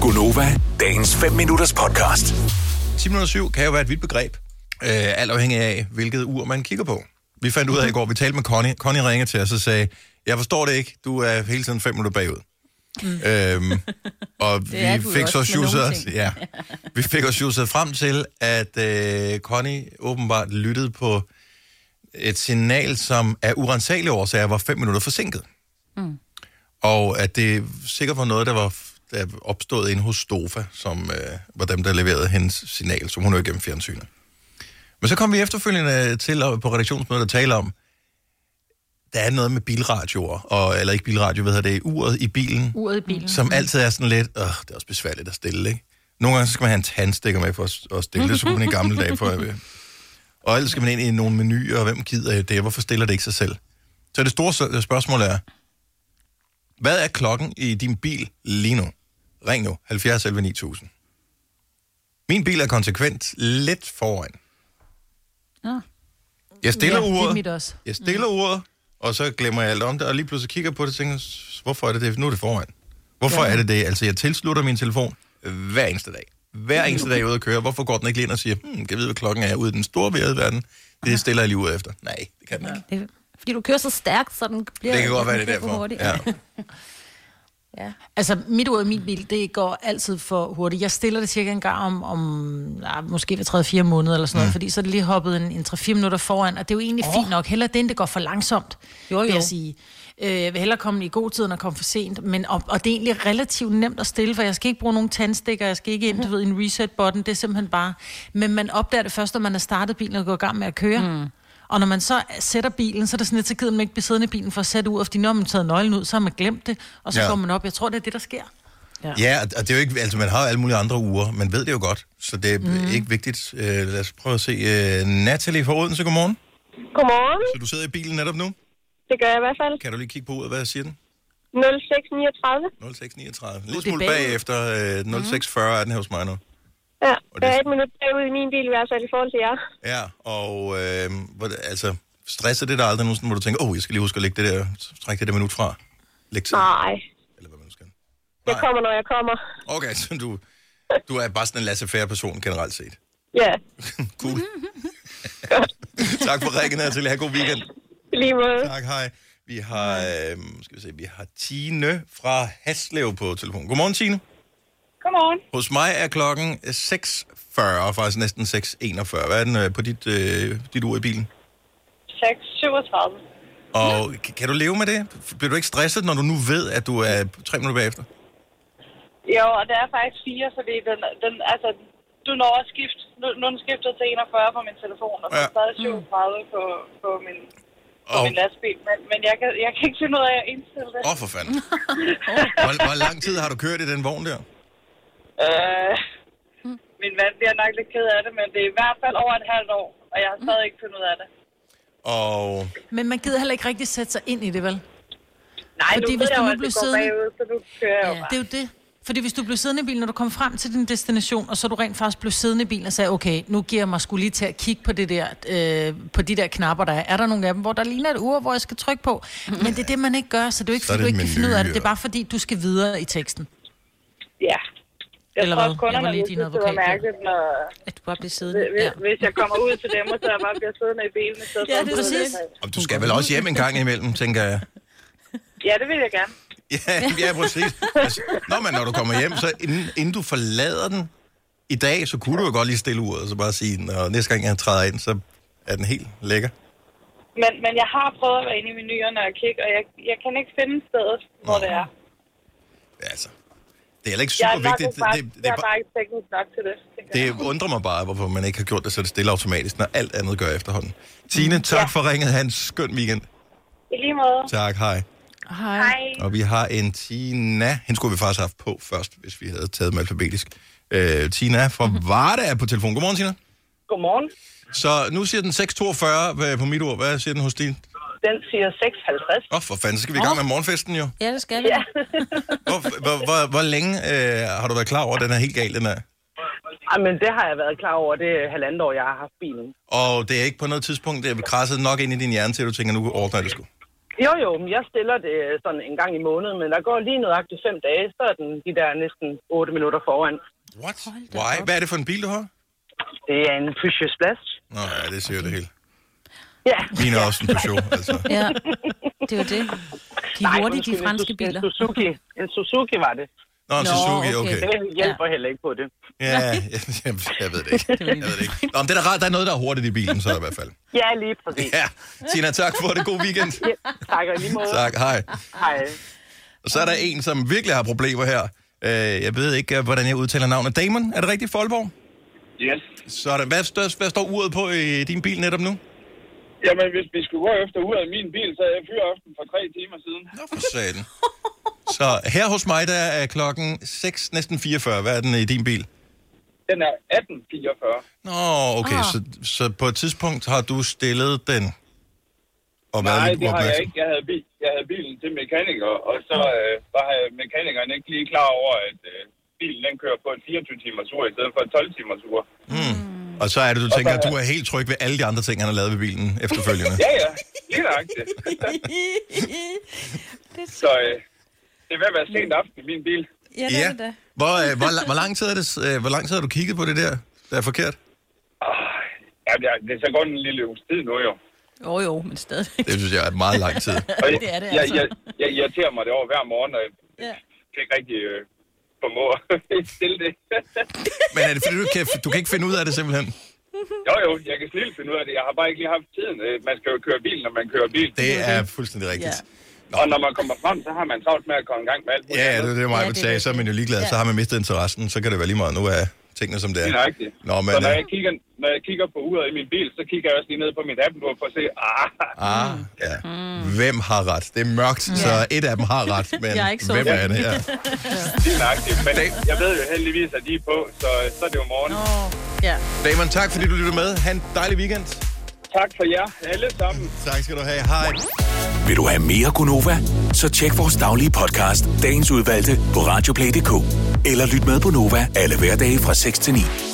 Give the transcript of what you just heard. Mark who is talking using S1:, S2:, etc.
S1: Gunova, dagens 5 minutters podcast.
S2: 10.07 kan jo være et vidt begreb, øh, alt afhængig af, hvilket ur man kigger på. Vi fandt ud af i går, vi talte med Connie. Connie ringede til os og sagde, jeg forstår det ikke, du er hele tiden 5 minutter bagud. Mm. Øhm, og
S3: er
S2: vi
S3: du
S2: fik
S3: jo
S2: så
S3: også med nogle
S2: sjusset,
S3: ting.
S2: ja, vi fik også sjusset frem til, at øh, Connie åbenbart lyttede på et signal, som af urensagelige årsager var 5 minutter forsinket. Og at det sikkert var noget, der var der opstod inde hos Stofa, som øh, var dem, der leverede hendes signal, som hun jo gennem fjernsynet. Men så kom vi efterfølgende øh, til at, på redaktionsmødet at tale om, der er noget med bilradioer, og, eller ikke bilradio, hvad hedder det, uret i bilen,
S3: Uret
S4: Mm.
S3: i bilen.
S2: som altid er sådan lidt, åh, det er også besværligt at stille, ikke? Nogle gange så skal man have en tandstikker med for at, at stille det, så kunne man i gamle dage for at... Og ellers skal man ind i nogle menuer, og hvem gider det, hvorfor stiller det ikke sig selv? Så det store s- spørgsmål er, hvad er klokken i din bil lige nu? Ring nu, 70 11 9000. Min bil er konsekvent lidt foran.
S3: Nå.
S2: Jeg stiller
S3: ja,
S2: uret.
S3: Det er mit også.
S2: Jeg stiller mm. ordet, og så glemmer jeg alt om det, og lige pludselig kigger jeg på det og tænker, "S- hvorfor er det det? Nu er det foran. Hvorfor ja. er det det? Altså, jeg tilslutter min telefon øh, hver eneste dag. Hver eneste dag jeg er ude at køre. Hvorfor går den ikke lige ind og siger, hmm, kan jeg vide, hvad klokken er ude i den store virrede verden? Det stiller jeg lige ud efter. Nej, det kan den ikke.
S3: Det, fordi du kører så stærkt, så den bliver...
S2: Det kan godt være, det
S3: den
S2: er
S3: bliver for
S2: derfor.
S3: hurtig.
S2: Ja.
S3: ja.
S4: Altså, mit ur i min bil, det går altid for hurtigt. Jeg stiller det cirka en gang om, om ah, måske ved 3-4 måneder eller sådan noget, mm. fordi så er det lige hoppet en, en 3-4 minutter foran, og det er jo egentlig oh. fint nok. Heller det, end det går for langsomt,
S3: Jo,
S4: jo, jo. vil
S3: jo.
S4: jeg sige. Øh, jeg vil hellere komme i god tid, end at komme for sent. Men, og, og det er egentlig relativt nemt at stille, for jeg skal ikke bruge nogen tandstikker, jeg skal ikke ind, du ved, i en reset-button. Det er simpelthen bare... Men man opdager det først, når man har startet bilen og går i gang med at køre. Mm. Og når man så sætter bilen, så er det sådan lidt, så gider man ikke blive siddende i bilen for at sætte ud, fordi når man tager nøglen ud, så har man glemt det, og så
S2: Ja.
S4: ja. går man op. Jeg tror, det er det, der sker.
S2: ja, og det er jo ikke, altså man har jo alle mulige andre uger, man ved det jo godt, så det er mm. ikke vigtigt. Øh, lad os prøve at se. Øh, Natalie fra Odense, godmorgen.
S5: Godmorgen.
S2: Så du sidder i bilen netop nu.
S5: Det gør jeg i hvert fald.
S2: Kan du lige kigge på uret, hvad siger den?
S5: 0639.
S2: 0639. Lidt
S4: det er
S2: smule
S4: bagud.
S2: bagefter. Øh, 0640 er den her hos mig nu.
S5: Ja,
S2: Og det-
S5: der er et minut bagud i min bil i hvert fald i forhold til jer.
S2: Ja, og øh, hvor det- altså, stresser det dig aldrig nogensinde, hvor du tænker, åh, oh, jeg skal lige huske at lægge det der, trække det der minut fra. Læg til,
S5: Nej,
S2: eller hvad man nu skal.
S5: jeg
S2: Nej.
S5: kommer, når jeg kommer.
S2: Okay, så du, du er bare sådan en laissez-faire person generelt set.
S5: Ja,
S2: Cool. tak for ringen her til. Ha' god weekend.
S5: i lige måde.
S2: Tak, hej. Vi har, øh, skal vi se, vi har Tine fra Haslev på telefon. Godmorgen, Tine.
S5: Godmorgen.
S2: Hos mig er klokken 6.40, faktisk næsten 6.41. Hvad er den øh, på dit, øh, dit ur i bilen?
S5: 637.
S2: Og kan, kan du leve med det? Bliver du ikke stresset, når du nu ved, at du er tre minutter bagefter?
S6: Jo, og der er faktisk fire, fordi den, den, altså, du når at skifte. Nu, nu er den skifter til 41 på min telefon, og så
S2: Ja.
S6: ja. stadig 37 på, på, min, på
S2: Og-
S6: min lastbil. Men, men jeg, kan, jeg kan ikke finde ud af at indstille det.
S2: Åh, oh, for fanden. Hvor, hvor lang tid har du kørt i den vogn der?
S6: Øh,
S4: Mm.
S6: min mand bliver nok lidt ked af det, men det er i hvert fald over et halvt år, og jeg har
S4: Mm.
S6: stadig ikke fundet ud af det.
S2: Og
S4: Men man gider heller ikke rigtig sætte sig ind i det, vel?
S6: Nej,
S4: Fordi
S6: nu
S4: hvis
S6: ved jeg
S4: du
S6: jo,
S4: nu
S6: at det
S4: blev
S6: går
S4: siddende-
S6: bagud, så nu kører jeg jo
S3: Ja.
S6: bare.
S4: Det er jo det. Fordi hvis du blev siddende i bilen, når du kom frem til din destination, og så du rent faktisk blev siddende i bilen og sagde, okay, nu giver jeg mig skulle lige til at kigge på, det der, øh, på de der knapper, der er. Er der nogle af dem, hvor der ligner et ur, hvor jeg skal trykke på? Men det er det, man ikke gør, så det er jo ikke,
S2: Så er
S4: fordi du
S2: det
S4: ikke kan
S2: menu,
S4: finde ud af det.
S2: ja.
S4: Det er bare fordi, du skal videre i teksten.
S6: Ja. Jeg
S4: Eller
S6: tror,
S4: hvad?
S6: at
S4: Jeg var
S6: kunderne
S4: lige
S6: vil
S4: din
S6: synes, det var
S4: advokat, ja.
S6: mærkeligt, når,
S3: At du bare bliver siddende.
S6: Hvis,
S3: Ja.
S6: hvis jeg kommer ud til dem, og så jeg bare bliver siddende i bilen. Så
S4: Ja, det er præcis.
S2: om du skal vel også hjem en gang imellem, tænker jeg.
S6: Ja, det vil jeg gerne.
S2: Ja, ja præcis. Altså, når, man, når du kommer hjem, så inden, inden du forlader den i dag, så kunne du jo godt lige stille uret, og så bare sige, når næste gang jeg træder ind, så er den helt lækker.
S6: Men, men jeg har prøvet at være inde i menuerne og kigge, og jeg, jeg kan ikke finde stedet, hvor
S2: Nå.
S6: det er.
S2: Ja, Altså, det er heller ikke
S6: Jeg er,
S2: super
S6: nok
S2: vigtigt.
S6: bare,
S2: Det, det, det,
S6: jeg
S2: er
S6: er
S2: bare-
S6: bare ikke teknisk nok til det. tænker jeg.
S2: det undrer mig bare, hvorfor man ikke har gjort det, så det stille automatisk, når alt andet gør efterhånden.
S6: Mm,
S2: Tine, tak for ringet. Ha' en skøn weekend.
S6: I lige måde.
S2: Tak, hej.
S3: Hej.
S6: Hej.
S2: Og vi har en Tina. Hende skulle vi faktisk have haft på først, hvis vi havde taget dem alfabetisk. Øh, Tina fra
S6: Mhm.
S2: Varde er på telefon. Godmorgen, Tina.
S6: Godmorgen.
S2: Så nu siger den 6.42 på mit ord. Hvad siger den hos din?
S6: Den siger 6.50.
S2: Åh, oh, for fanden, så skal vi i gang med morgenfesten jo.
S3: Ja, det skal vi. Ja.
S2: Hvor, hvor, hvor, hvor længe øh, har du været klar over, at den er helt gal, den er?
S7: Ej, men det har jeg været klar over det halvandet år, jeg har haft bilen.
S2: Og det er ikke på noget tidspunkt, det er krasset nok ind i din hjerne til, at du tænker, nu ordner jeg det sgu.
S7: Jo, jo, men jeg stiller det øh, sådan en gang i måneden, men der går lige nøjagtigt fem dage, så er den de der næsten 8 minutter foran.
S2: What? Why? Hvad er det for en bil, du har?
S7: Det er en Peugeot Splash.
S2: Nå ja, det siger jo det hele.
S7: Ja.
S2: Min er også en Peugeot, altså.
S3: Ja, det er jo det. De er hurtige, de
S7: undskyld,
S3: franske
S7: en, Su-
S3: biler.
S7: En Suzuki. En Suzuki var det.
S2: Nå, en
S3: Nå,
S2: Suzuki,
S3: okay.
S2: okay.
S7: Det hjælper ja. heller ikke på det.
S2: Ja, jeg, jeg, jeg ved det ikke. Jeg ved det ikke. Nå, men det er da rart, der er noget, der er hurtigt i bilen, så i hvert fald.
S7: Ja, lige præcis.
S2: Ja, Tina, tak for det. God weekend.
S7: Ja. Tak og i lige måde.
S2: Tak, hej.
S7: Hej.
S2: Og så er der en, som virkelig har problemer her. Øh, Jeg ved ikke, hvordan jeg udtaler navnet. Damon, er det rigtigt, Folborg?
S8: Yes.
S2: Så er der, hvad, stør, hvad står uret på i din bil netop nu?
S8: Jamen, hvis vi skulle gå efter ud af min bil, så er jeg fyraften for tre timer siden.
S2: Nå, for satan. Så her hos mig, der er klokken 6, næsten 44. Hvad er den i din bil?
S8: Den er 18.44.
S2: Nå, okay, ah. så, så på et tidspunkt har du stillet den. Og været
S8: Nej,
S2: lidt
S8: det har jeg
S2: uopmærksom.
S8: ikke. Jeg havde, bil, jeg havde bilen til mekaniker, og så øh, var jeg- mekanikeren ikke lige klar over, at øh, bilen den kører på et 24-timers ur i stedet for et 12-timers ur.
S2: Og så er det, du tænker, at
S8: der-
S2: du er helt tryg ved alle de andre ting, han har lavet ved bilen efterfølgende.
S8: Ja, ja. Lige nøjagtigt. så øh, det er ved at være sent aften i min bil.
S3: Ja, det er det da.
S2: Hvor, øh, hvor, la- hvor, lang tid er det, s- øh, hvor lang tid har du kigget på det der, der er forkert?
S8: Ja, det er, Ah, det er så godt en lille uges tid nu, jo.
S3: Jo, jo, men stadigvæk.
S2: Det synes jeg er meget lang tid.
S8: Og jeg,
S3: Det er det
S8: jeg,
S3: altså.
S8: jeg, jeg irriterer mig det over hver morgen, og jeg
S3: Ja.
S8: kan ikke rigtig øh, formå at stille det.
S2: Men er det fordi, du kan, du kan ikke finde ud af det simpelthen?
S8: jo, jo, jeg kan snille finde ud af det. Jeg har bare ikke lige haft tiden. Øh, Man skal jo køre bil, når man kører bil.
S2: Det er fuldstændig rigtigt.
S8: Og når man kommer frem, så har man travlt med at komme i gang med alt muligt.
S2: Ja, ja det er det, mig
S3: Ja,
S2: vil
S3: det er
S2: sige.
S3: det.
S2: Så er man jo ligeglad,
S3: Ja.
S2: så har man mistet interessen. Så kan det være lige meget nu af tingene, som det
S8: Det
S2: er.
S8: er nøjagtigt.
S2: Nå, men,
S8: så når
S2: øh,
S8: jeg, kigger, når jeg kigger på uret i min bil, så kigger jeg også lige ned på mit app for at se, ah,
S2: Ah, ja. Hvem har ret? Det er mørkt, så et af dem har ret, men
S4: Jeg er ikke så
S2: hvem er det? Ja.
S8: det er nøjagtigt. Men jeg ved jo heldigvis, at de er på, så, så er det jo morgen.
S4: Ja.
S2: Damon, tak fordi du lytter med. Ha' en dejlig weekend.
S8: Tak for jer, alle sammen.
S2: Tak skal du have. Hej.
S1: Vil du have mere Gunova? Så tjek vores daglige podcast, dagens udvalgte, på radioplay.dk. Eller lyt med på Nova alle hverdage fra 6 til 9.